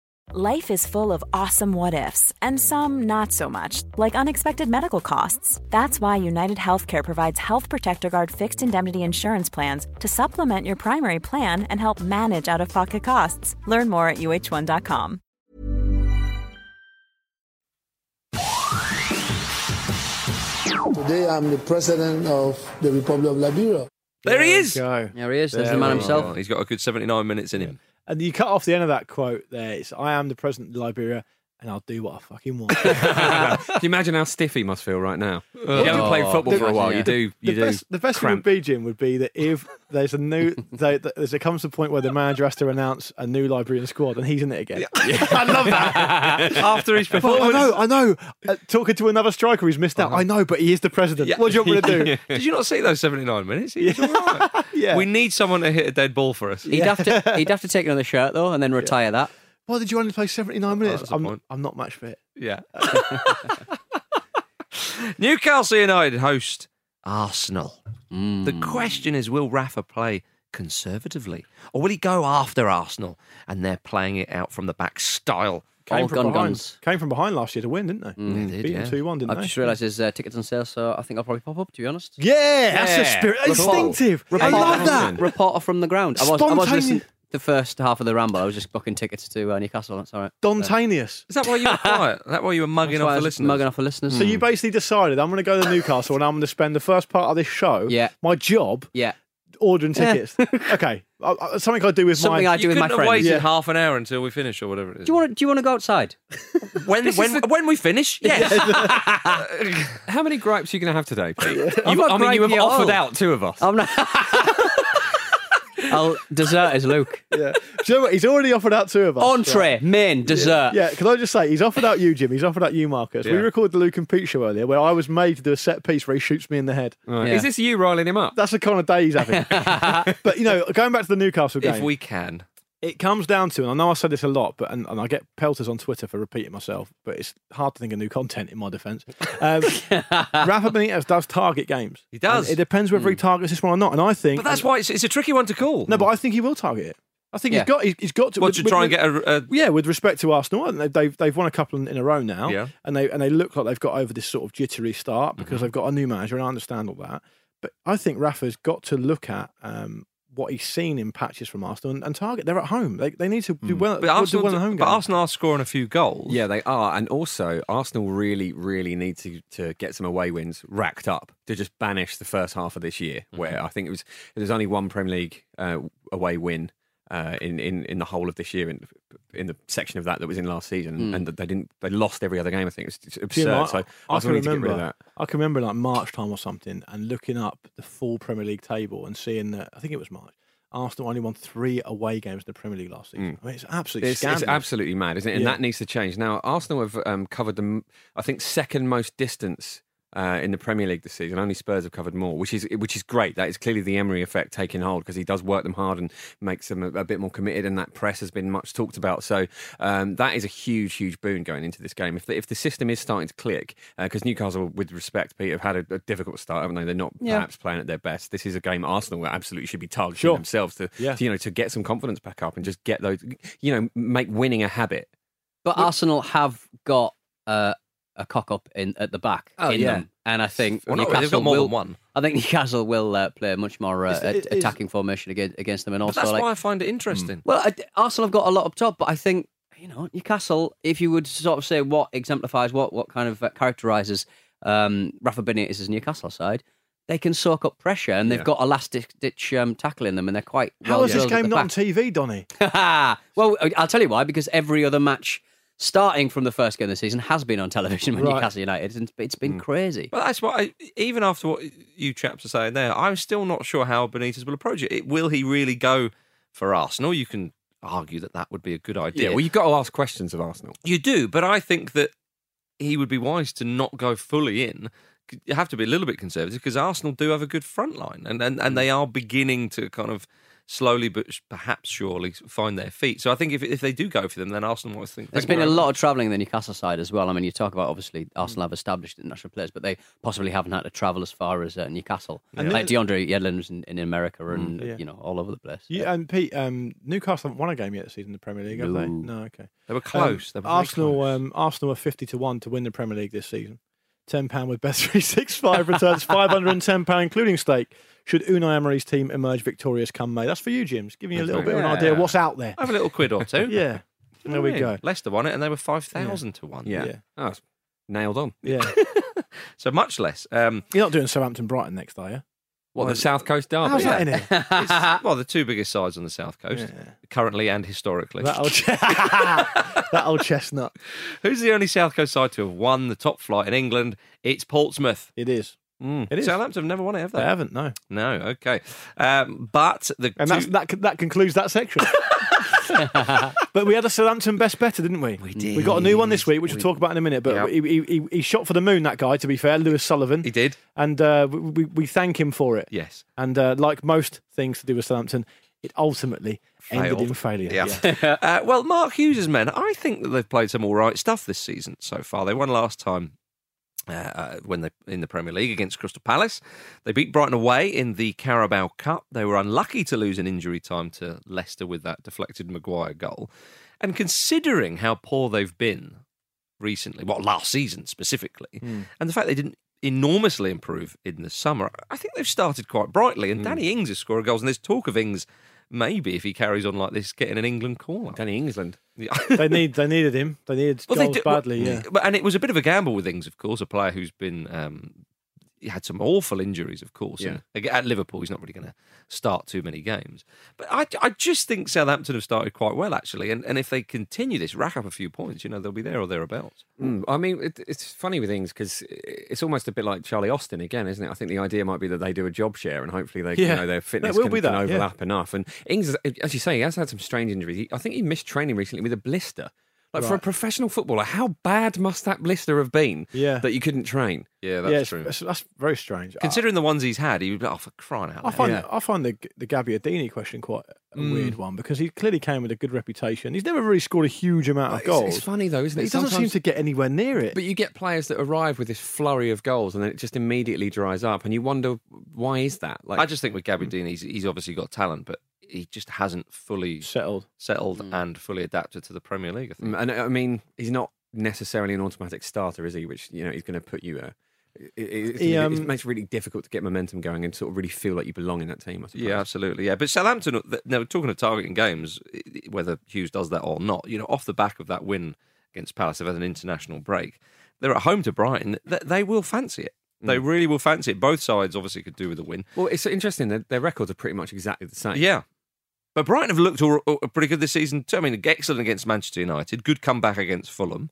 Life is full of awesome what ifs, and some not so much, like unexpected medical costs. That's why United Healthcare provides Health Protector Guard fixed indemnity insurance plans to supplement your primary plan and help manage out of pocket costs. Learn more at uh1.com.
Today, I'm the president of the Republic of Liberia.
There he is.
Go.
There he is. There's
There
the man
we
himself.
He's got a good 79 minutes in him.
And you cut off the end of that quote there. It's, I am the president of Liberia and I'll do what I fucking want.
Can you imagine how stiff he must feel right now? You haven't
Oh.
played football for a while. You
Yeah.
do. You
the
do.
best, the best
cramp.
thing with Beijing would be that if there's a new, there, there's a comes to a point where the manager has to announce a new Liberian squad and he's in it again. I love that.
after his
Well, I
performance.
know, I know. Uh, talking to another striker who's missed
Uh-huh.
out. I know, but he is the president. What do you want me to do?
Did you not see those 79 minutes? He was all right.
Yeah.
We need someone to hit a dead ball for us.
He'd have to he'd have to take another shirt though, and then retire that.
Why did you only play 79 minutes?
Oh, the
I'm,
point.
I'm not match fit.
Yeah. Newcastle United host Arsenal. The question is will Rafa play conservatively or will he go after Arsenal and they're playing it out from the back style?
All
from
gone
behind.
guns.
Came from behind last year to win, didn't they?
Mm, they did,
Beat
yeah.
2 1, didn't
I've
they?
just realised his uh, tickets on sale, so I think I'll probably pop up. To be honest,
Yeah, that's the
Yeah.
spirit. Instinctive. I
Reporter
love
from-
that.
Reporter from the ground. I was, I was
Spontaneous.
listening the first half of the ramble. I was just booking tickets to uh, Newcastle. That's all right.
Spontaneous.
Is that why you were quiet? Is that why you were mugging
That's why I
off the
was
listeners?
Mugging off the listeners.
So you
Mm.
basically decided I'm going to go to Newcastle and I'm going to spend the first part of this show,
Yeah.
my job,
yeah.
ordering tickets. okay, I, I, something I do with
Something
my.
I
you
do with
couldn't
my
have
friends.
waited
Yeah.
half an hour until we finish or whatever it is.
Do you want to? Do you want to go outside?
when when, when we finish? Yes.
How many gripes are you going to have today, Pete?
I'm
you,
not
I mean, you
gripey
have
at
offered
all.
out two of us.
I'm not.
Oh,
I'll dessert is Luke.
yeah. Do you know what? He's already offered out two of us.
Entree, main, dessert.
Yeah, can I just say, he's offered out you, Jim. He's offered out you, Marcus. We
Yeah.
recorded the Luke and Pete show earlier where I was made to do a set piece where he shoots me in the head.
Right.
Yeah.
Is this you riling him up?
That's the kind of day he's having. but, you know, going back to the Newcastle game,
if we can.
it comes down to, and I know I said this a lot, but and, and I get pelters on Twitter for repeating myself, but it's hard to think of new content in my defence. Um, Rafa Benitez does target games.
He does.
And it depends whether he targets this one or not. And I think.
But that's why it's, it's a tricky one to call.
No, but I think he will target it. I think
Yeah.
he's got. He's, he's got to.
Well,
with-
to
with-
try and
with-
get a, a
Yeah, with respect to Arsenal, and they've, they've they've won a couple in, in a row now,
Yeah. Mm-hmm.
and they and they look like they've got over this sort of jittery start because they've got a new manager, and I understand all that. But I think Rafa's got to look at um, what he's seen in patches from Arsenal and, and target. They're at home; they, they need to do well.
Mm. But
do
Arsenal,
well in home
but
games.
Arsenal are scoring a few goals.
Yeah, they are. And also, Arsenal really, really need to, to get some away wins racked up to just banish the first half of this year,
Mm-hmm.
where I think it was there's only one Premier League uh, away win. Uh, in, in, in the whole of this year, in, in the section of that that was in last season,
Mm.
and they didn't they lost every other game. I think it's, it's absurd.
Jim, I,
so
I can
Arsenal need to get
remember.
rid of that.
I can remember like March time or something, and looking up the full Premier League table and seeing that I think it was March. Arsenal only won three away games in the Premier League last season. I mean, it's absolutely
Mm. It's, it's
scandalous.
absolutely mad, isn't it? And
Yeah.
that needs to change. Now, Arsenal have um, covered the, m- I think, second most distance uh, in the Premier League this season. Only Spurs have covered more, which is which is great. That is clearly the Emery effect taking hold because he does work them hard and makes them a, a bit more committed. And that press has been much talked about. So um, that is a huge, huge boon going into this game. If the, if the system is starting to click, because Newcastle, with respect, Pete, have had a, a difficult start, haven't they? They're not
Yeah.
perhaps playing at their best. This is a game Arsenal absolutely should be targeting
Sure.
themselves to,
Yeah.
to you know to get some confidence back up and just get those you know make winning a habit.
But Arsenal have got uh, a cock up in at the back
Oh,
in
yeah.
them, and I think
Well, no, they've
Newcastle
got more
will.
than one.
I think Newcastle will uh, play a much more uh,
Is it-
at-
is-
attacking formation against, against them, and
But
also
that's
like
why I find it interesting.
Well, I, Arsenal have got a lot up top, but I think you know Newcastle. If you would sort of say what exemplifies what, what kind of uh, characterises um, Rafa Benitez's Newcastle side, they can soak up pressure and they've
Yeah.
got a last ditch, ditch um, tackle in them, and they're quite.
How
well
is this
drilled at
game
the
not on
back.
TV, Donny?
well, I'll tell you why. Because every other match, starting from the first game of the season, has been on television with
Right.
Newcastle United, and it's been crazy.
But that's what I, even after what you chaps are saying there, I'm still not sure how Benitez will approach it. it. Will he really go for Arsenal? You can argue that that would be a good idea.
Yeah, well, you've got to ask questions of Arsenal.
you do, but I think that he would be wise to not go fully in. You have to be a little bit conservative because Arsenal do have a good front line, and and,
Mm.
and they are beginning to kind of slowly but sh- perhaps surely find their feet. So I think if if they do go for them, then Arsenal might think.
There's
"Thank
been
you
a
very
lot
much."
of travelling the Newcastle side as well. I mean, you talk about obviously
Mm.
Arsenal have established international players, but they possibly haven't had to travel as far as uh, Newcastle.
And
Like
then-
DeAndre Yedlin was in, in America and
Yeah.
you know all over the place.
Yeah, and Pete, um, Newcastle haven't won a game yet this season in the Premier League, have they?
No.
No, okay.
They were close.
Um,
they were very
Arsenal,
close.
Um, Arsenal are fifty to one to win the Premier League this season. Ten pound with bet three six five returns five hundred and ten pound, including stake. Should Unai Emery's team emerge victorious come May? That's for you, Jim's. Giving you a little bit of an
Yeah.
idea of what's out there.
have a little quid or two.
Yeah,
You know
there
what
we
I
go.
mean? Leicester won it, and they were five thousand to one.
Yeah,
Yeah.
Oh, that's nailed on.
Yeah,
so much less. Um,
you're not doing Southampton Brighton next, are you?
What the South Coast Derby?
How's that in it?
It's- Uh, well, the two biggest sides on the South Coast, currently and historically.
That old, that old chestnut.
Who's the only South Coast side to have won the top flight in England? It's Portsmouth.
It is.
Mm.
It is.
Southampton have never won it, have
They
they?
haven't, no.
No, okay. Um, but the
And
two-
that's, that, that concludes that section. but we had a Southampton best better, didn't we? We
did.
We got a new one this week, which
We-
we'll talk about in a minute. But
Yep.
he, he, he, he shot for the moon, that guy, to be fair, Lewis Sullivan.
he did.
And uh, we, we, we thank him for it.
Yes.
And uh, like most things to do with Southampton, it ultimately ended
Failed.
in failure.
Yeah. uh, well, Mark Hughes' men, I think that they've played some all right stuff this season so far. They won last time. Uh, uh, when they in the Premier League against Crystal Palace, they beat Brighton away in the Carabao Cup. They were unlucky to lose in injury time to Leicester with that deflected Maguire goal. And considering how poor they've been recently, well, last season specifically,
Hmm.
and the fact they didn't enormously improve in the summer, I think they've started quite brightly.
Hmm.
And Danny Ings is scoring goals, and there's talk of Ings maybe if he carries on like this, getting an England call up.
Danny England.
They need they needed him. They needed goals badly. yeah.
But, and it was a bit of a gamble with Ings, of course, a player who's been um, he had some awful injuries, of course. and ag- at Liverpool, he's not really going to start too many games. But I, I just think Southampton have started quite well actually, and, and if they continue this, rack up a few points, you know they'll be there or thereabouts.
Mm, I mean, it, it's funny with things because it's almost a bit like Charlie Austin again, isn't it? I think the idea might be that they do a job share and hopefully
Yeah.
they, you know, their
There
fitness
will
can,
be
can
that, yeah.
overlap enough. And Ings, as you say, he has had some strange injuries. He, I think he missed training recently with a blister. Like for a
Right.
professional footballer, how bad must that blister have been
Yeah.
that you couldn't train?
Yeah,
yeah, it's- That's, that's very strange. I-
Considering the ones he's had, he would be like, oh, for crying out
I
loud.
find
Yeah.
I find the the Gabbiadini question quite a weird one because he clearly came with a good reputation. He's never really scored a huge amount of
It's-
goals.
it's funny though, isn't
But
it?
He doesn't seem
Sometimes-
to get anywhere near it.
But you get players that arrive with this flurry of goals and then it just immediately dries up and you wonder why is that? Like Mm.
I just think with Gabby Dean, he's, he's obviously got talent, but he just hasn't fully
settled.
settled and fully adapted to the Premier League. I think.
Mm, And I mean, he's not necessarily an automatic starter, is he? Which you know he's going to put you. Uh, it, it,
He,
it- it
um,
makes it really difficult to get momentum going and sort of really feel like you belong in that team. I suppose.
Yeah, absolutely. Yeah, but Southampton. uh, th- Now, talking of targeting games, i- i- whether Hughes does that or not, you know, off the back of that win against Palace, they've had an international break. They're at home to Brighton. They, they will fancy it. They really will fancy it. Both sides obviously could do with a win.
Mm. Well, it's interesting that their records are pretty much exactly the same.
Yeah. But Brighton have looked all, all- pretty good this season. too. I mean, excellent against Manchester United. Good comeback against Fulham.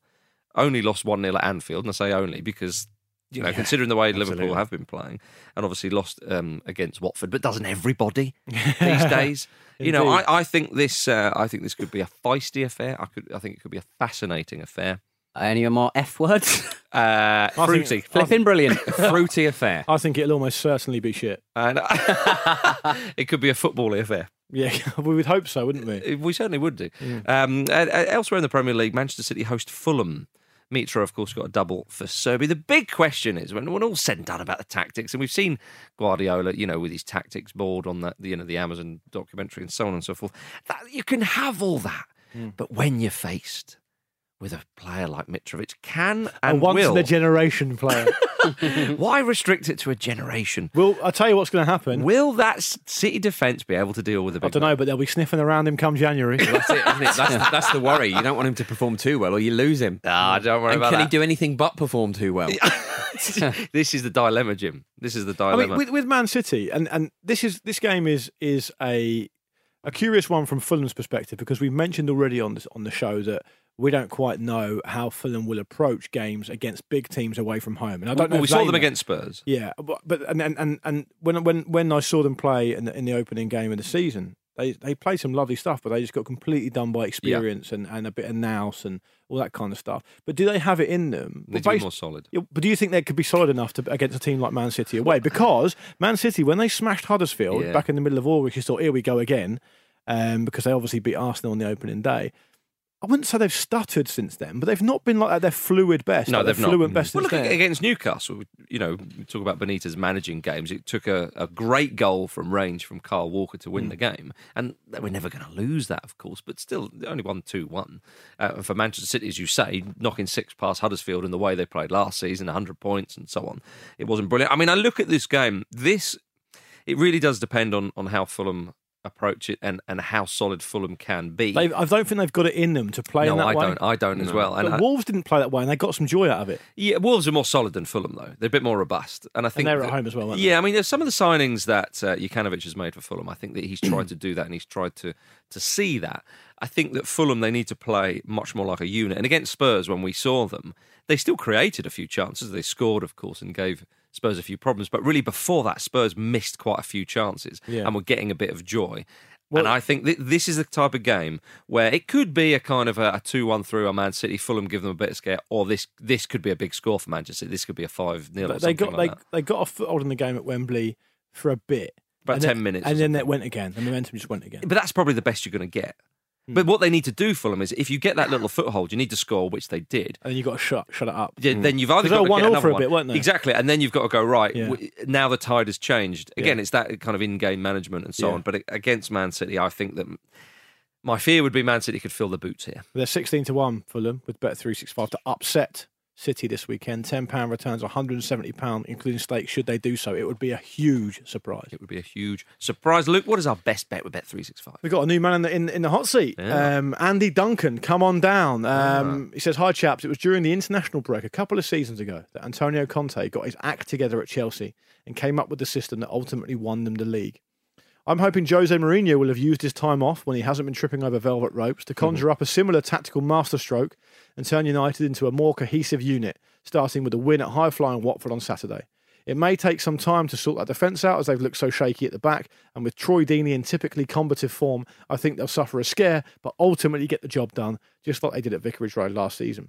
Only lost 1 0 at Anfield. And I say only because, you know,
Yeah,
considering the way Liverpool
absolutely.
have been playing and obviously lost um, against Watford. But doesn't everybody these days? You know,
Indeed.
I, I think this. Uh, I think this could be a feisty affair. I could. I think it could be a fascinating affair.
Any more F words?
Uh,
I think-
fruity.
Flipping brilliant.
fruity affair.
I think it'll almost certainly be shit.
And it could be a football affair.
Yeah, we would hope so, wouldn't we?
We certainly would do. Um, uh, uh, elsewhere in the Premier League, Manchester City host Fulham. Mitra, of course, got a double for Serbi. The big question is when when all said and done about the tactics, and we've seen Guardiola, you know, with his tactics board on that, you know, the Amazon documentary and so on and so forth. That, you can have all that,
Hmm.
but when you're faced with a player like Mitrovic, can
a
and
once
will
in a generation player.
why restrict it to a generation?
well, I'll tell you what's going to happen.
Will that s- City defence be able to deal with a
I
big?
don't know, but they'll be sniffing around him come January.
That's it, isn't it? That's, that's the worry. You don't want him to perform too well, or you lose him.
Ah, don't worry
and
about
can
that.
he do anything but perform too well?
this is the dilemma, Jim. This is the
I
dilemma.
mean, with, with Man City, and, and this is this game is is a a curious one from Fulham's perspective because we've mentioned already on this on the show that we don't quite know how Fulham will approach games against big teams away from home, and I don't know.
well, we
if
saw
they
them
know.
against Spurs.
Yeah, but, but and, and and and when when when I saw them play in the, in the opening game of the season, they they played some lovely stuff, but they just got completely done by experience and, and a bit of nous and all that kind of stuff. But do they have it in them?
They
Well,
do
bas-
more solid.
yeah, But do you think they could be solid enough to against a team like Man City away? Because Man City, when they smashed Huddersfield
Yeah.
back in the middle of August, you thought, here we go again, um, because they obviously beat Arsenal on the opening day. I wouldn't say they've stuttered since then, but they've not been like at their fluid best.
No,
like their
they've not. Mm-hmm. Mm.
fluent best.
Well,
since
look
then.
against Newcastle. You know, we talk about Benitez managing games. It took a, a great goal from range from Carl Walker to
Mm.
win the game, and they were never going to lose that, of course. But still, they only won two one. Uh, and for Manchester City, as you say, knocking six past Huddersfield in the way they played last season, hundred points and so on. It wasn't brilliant. I mean, I look at this game. This it really does depend on on how Fulham approach it and, and how solid Fulham can be.
They, I don't think they've got it in them to play
no,
in that
I
way.
don't. I don't as well.
But
And I-
Wolves didn't play that way, and they got some joy out of it.
yeah, Wolves are more solid than Fulham though. They're a bit more robust, and I think
they were
that-
at home as well, weren't they?
yeah, I mean, there's some of the signings that uh, Jukanovic has made for Fulham. I think that he's tried to do that, and he's tried to to see that. I think that Fulham they need to play much more like a unit. And against Spurs, when we saw them, they still created a few chances. They scored, of course, and gave Spurs a few problems. But really, before that, Spurs missed quite a few chances,
Yeah.
and were getting a bit of joy. and I think th- this is the type of game where it could be a kind of a, a two-one through a Man City. Fulham give them a bit of scare, or this this could be a big score for Manchester. This could be a five 0
But they got
like
they,
that.
they got a foothold in the game at Wembley for a bit,
About
and
10
then,
minutes or
and then that went again. The momentum just went again.
But that's probably the best you're going to get.
Hmm.
But what they need to do, Fulham, is if you get that little foothold, you need to score, which they did.
and then you got to shut shut it up.
Yeah, Then you've either
'Cause Hmm. they
got
were
to
one
get
all
another
for a
one.
bit, weren't they?
Exactly, and then you've got to go right.
Yeah.
w- Now the tide has changed again.
Yeah.
It's that kind of in-game management and so
Yeah.
on. But a- against Man City, I think that m- my fear would be Man City could fill the boots here.
They're sixteen to one Fulham with Bet three six five to upset City this weekend. Ten pound returns, one hundred and seventy pound including stake. Should they do so, it would be a huge surprise.
It would be a huge surprise. Luke, what is our best bet with Bet three six five?
We've got a new man in the, in, in the hot seat.
Yeah.
Um, Andy Duncan, come on down. Um, He says, Hi, chaps. It was during the international break a couple of seasons ago that Antonio Conte got his act together at Chelsea and came up with the system that ultimately won them the league. I'm hoping Jose Mourinho will have used his time off when he hasn't been tripping over velvet ropes to conjure up a similar tactical masterstroke and turn United into a more cohesive unit, starting with a win at high flying Watford on Saturday. It may take some time to sort that defence out as they've looked so shaky at the back, and with Troy Deeney in typically combative form, I think they'll suffer a scare, but ultimately get the job done, just like they did at Vicarage Road last season.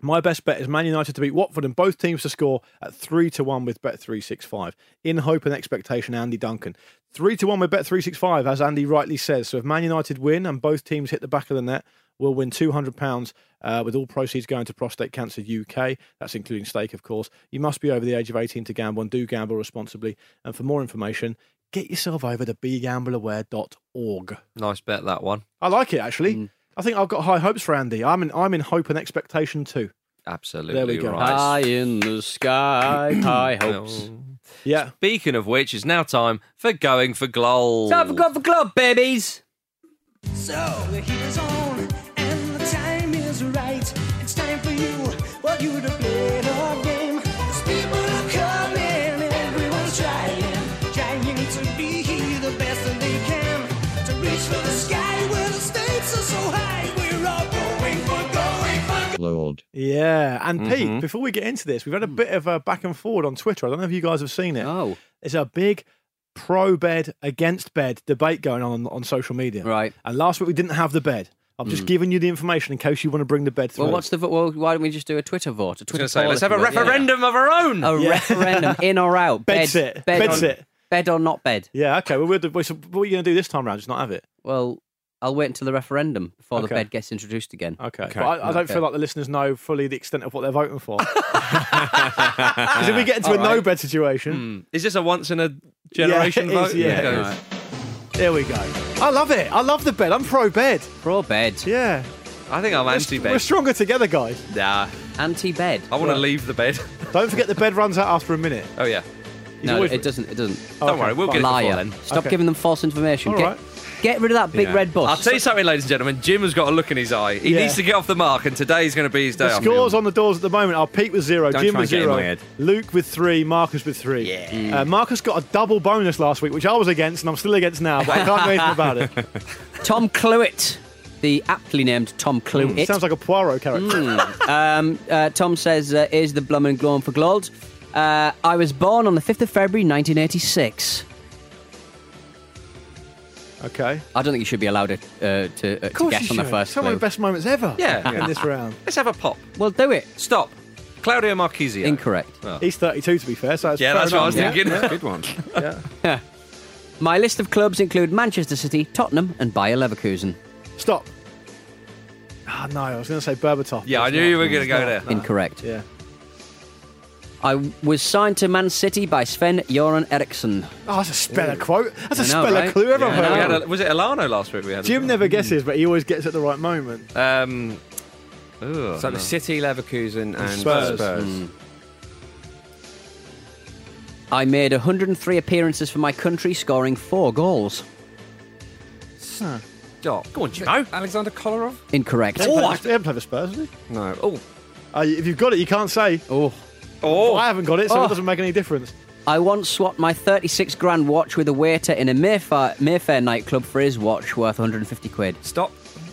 My best bet is Man United to beat Watford and both teams to score at three to one with Bet three six five. In hope and expectation, Andy Duncan. Three to one with Bet three six five, as Andy rightly says. So if Man United win and both teams hit the back of the net, we'll win two hundred pounds, uh, with all proceeds going to Prostate Cancer UK. That's including stake, of course. You must be over the age of eighteen to gamble and do gamble responsibly. And for more information, get yourself over to begambleaware.org.
Nice bet that one.
I like it actually. I think I've got high hopes for Andy. I'm in I'm in hope and expectation too.
Absolutely
go.
right.
High in the sky, high hopes.
Yeah.
Speaking of which, it's now time for going for gold.
Time for Club for Club, babies.
Yeah, and
Mm-hmm.
Pete, before we get into this, we've had a bit of a back and forward on Twitter. I don't know if you guys have seen it.
Oh,
There's a big pro bed against bed debate going on on social media.
Right. Mm.
And last week we didn't have the bed. i have just given you the information in case you want to bring the bed through.
well, what's the vo- well? Why don't we just do a Twitter vote? A
I was
Twitter
gonna say,
poll,
let's
if
have a
you will.
referendum of our own.
A
Yeah.
referendum, in or out?
Bed
Bed,
sit. Bed
on-
sit.
Bed or not bed?
yeah, okay. Well, we're, we so what are you going to do this time round? Just not have it.
Well, I'll wait until the referendum before
Okay.
the bed gets introduced again.
Okay. But I, I don't
Okay.
feel like the listeners know fully the extent of what they're voting for. Because if we get into a no bed situation,
Is this a once in a generation
Yeah, it
vote?
is, yeah.
Okay.
Right.
Hmm.
there we go. I love it. I love the bed. I'm pro bed.
Pro bed,
Yeah.
I think I'm
We're-
anti
We're
bed.
stronger together, guys.
Nah,
anti bed.
I want to leave the bed.
Don't forget the bed runs out after a minute.
Oh yeah,
He's
No,
always-
it doesn't. It doesn't.
don't worry, we'll get it before
Liar.
then.
Stop
Okay.
giving them false information.
All
Get,
right.
get rid of that big
Yeah.
red bus.
I'll tell you something, ladies and gentlemen. Jim has got a look in his eye. He
Yeah.
needs to get off the mark, and today's going to be his day.
The
off.
scores on the doors at the moment are Pete with zero,
Don't
Jim
try
with
and get in
zero,
my head.
Luke with three, Marcus with three. Yeah. Uh, Marcus got a double bonus last week, which I was against, and I'm still against now, but I can't do anything about it.
Tom Cluett, the aptly named Tom Cluett.
Sounds like a Poirot character.
um, uh, Tom says, uh, "Is the blummin' glowing for gold?" Uh, I was born on the fifth of February, nineteen eighty-six.
Okay.
I don't think you should be allowed to, uh, to, uh, to guess on the first
Some of
clue.
the best moments ever.
Yeah.
In this round,
Let's have a pop.
Well, do it.
Stop. Claudio Marquezia.
Incorrect.
he's 32 to be fair. So that's
Yeah,
fair
that's what I was
enough.
thinking.
That's a good one.
My list of clubs include Manchester City, Tottenham, and Bayer Leverkusen.
Yeah. Stop. Ah no, I was going to say Berbatov.
Yeah,
but
I
it's
knew
not.
you were going to
It's
go
not.
there.
Incorrect.
Yeah.
I was signed to Man City by Sven Göran Eriksson.
Oh, that's a speller quote. That's a
I know,
speller
right?
clue. Everyone
Yeah, I
We
heard
had
that.
a, was it Alano last week? We had
Jim never guesses, but he always gets at the right moment.
Um, ugh.
So the City, Leverkusen, and
Spurs.
Spurs. Hmm.
I made 103 appearances for my country, scoring four goals.
Stop.
Go on, Jimo.
Alexander Kolarov?
Incorrect.
Oh, I-
They haven't played for Spurs, have they?
No. Oh,
Uh, if you've got it, you can't say.
Oh.
Oh, I haven't got it, so
Oh.
it doesn't make any difference.
I once swapped my 36 grand watch with a waiter in a Mayfair, Mayfair nightclub for his watch worth 150 quid.
stop.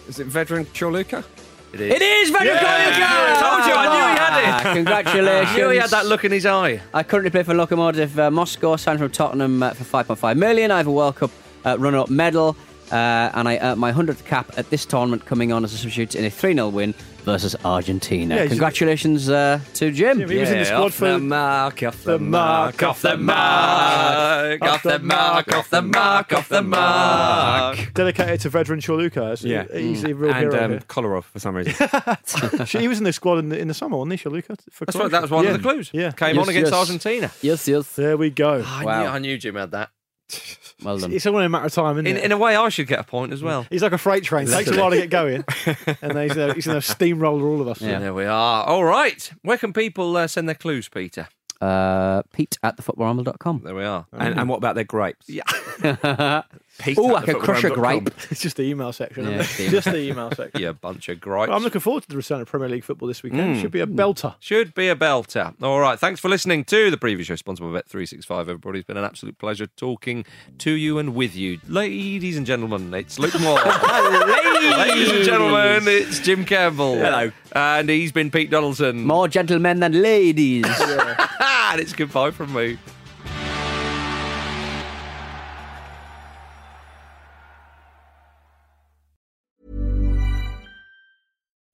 Is it Vedran Chorluka?
It is.
It is Vedran
Yeah.
Kolica!
Yeah,
I told you, I knew he had it.
Ah, Congratulations.
I knew he had that look in his eye.
I currently play for Lokomotiv uh, Moscow, signed from Tottenham uh, for 5.5 million. I have a World Cup uh, runner-up medal, uh, and I earned my 100th cap at this tournament, coming on as a substitute in a 3-0 win versus Argentina.
Yeah, he's-
Congratulations uh, to Jim.
He was in the squad
off
for-
the mark, off the,
the
mark,
mark,
off the mark, off the mark, off the mark, off the mark.
Dedicated to veteran Choluka. So
Yeah.
He's a real
And
hero.
um, Kolarov for some reason.
here. She- he was in the squad in the, in the summer, wasn't he, Choluka? For
That's
Croatia?
what, that was one
yeah.
of the clues.
Yeah.
Came
Yes,
on against
yes.
Argentina.
Yes, yes.
There we go.
I,
Wow.
knew, I knew Jim had that.
Well done.
It's only a matter of time, isn't
In,
it?
in a way, I should get a point as well.
He's like a freight train. Takes a while to get going, and then he's, uh, he's going to steamroller all of us.
Yeah.
There we are. All right. Where can people uh, send their clues, Peter?
Uh, Pete at thefootballramble.com.
There we are.
and, and what about their grapes? Yeah.
Oh, I could crush a grape.
It's just the email section.
Yeah,
isn't
it's the
it? just the email section.
You bunch of gripes.
I'm looking forward to the return of Premier League football this
Hmm.
weekend. Should be a belter.
Should be a belter. All right. Thanks for listening to the previous show, sponsored by Bet365. Everybody, it's been an absolute pleasure talking to you and with you. Ladies and gentlemen, it's Luke Moore. Ladies and gentlemen, it's Jim Campbell. Hello. And he's been Pete Donaldson.
More gentlemen than ladies.
and it's goodbye from me.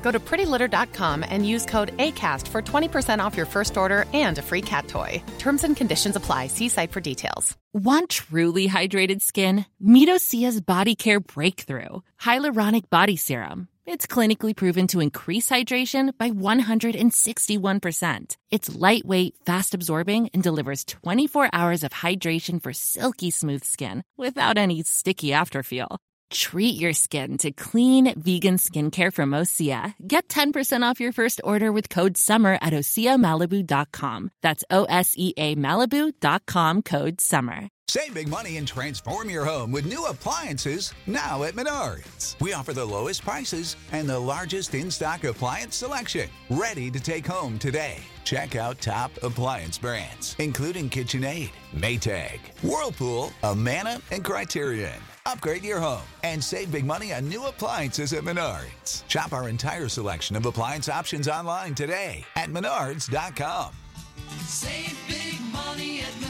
Go to prettylitter.com and use code ACAST for 20% off your first order and a free cat toy. Terms and conditions apply. See site for details. Want truly hydrated skin? Meet Osea's Body Care Breakthrough Hyaluronic Body Serum. It's clinically proven to increase hydration by 161%. It's lightweight, fast absorbing, and delivers 24 hours of hydration for silky smooth skin without any sticky afterfeel. Treat your skin to clean vegan skincare from Osea. Get 10% off your first order with code SUMMER at OseaMalibu.com. That's O S E A Malibu.com code SUMMER.
Save big money and transform your home with new appliances now at Menards. We offer the lowest prices and the largest in stock appliance selection ready to take home today. Check out top appliance brands, including KitchenAid, Maytag, Whirlpool, Amana, and Criterion. Upgrade your home and save big money on new appliances at Menards. Shop our entire selection of appliance options online today at menards.com. Save big money at Menards.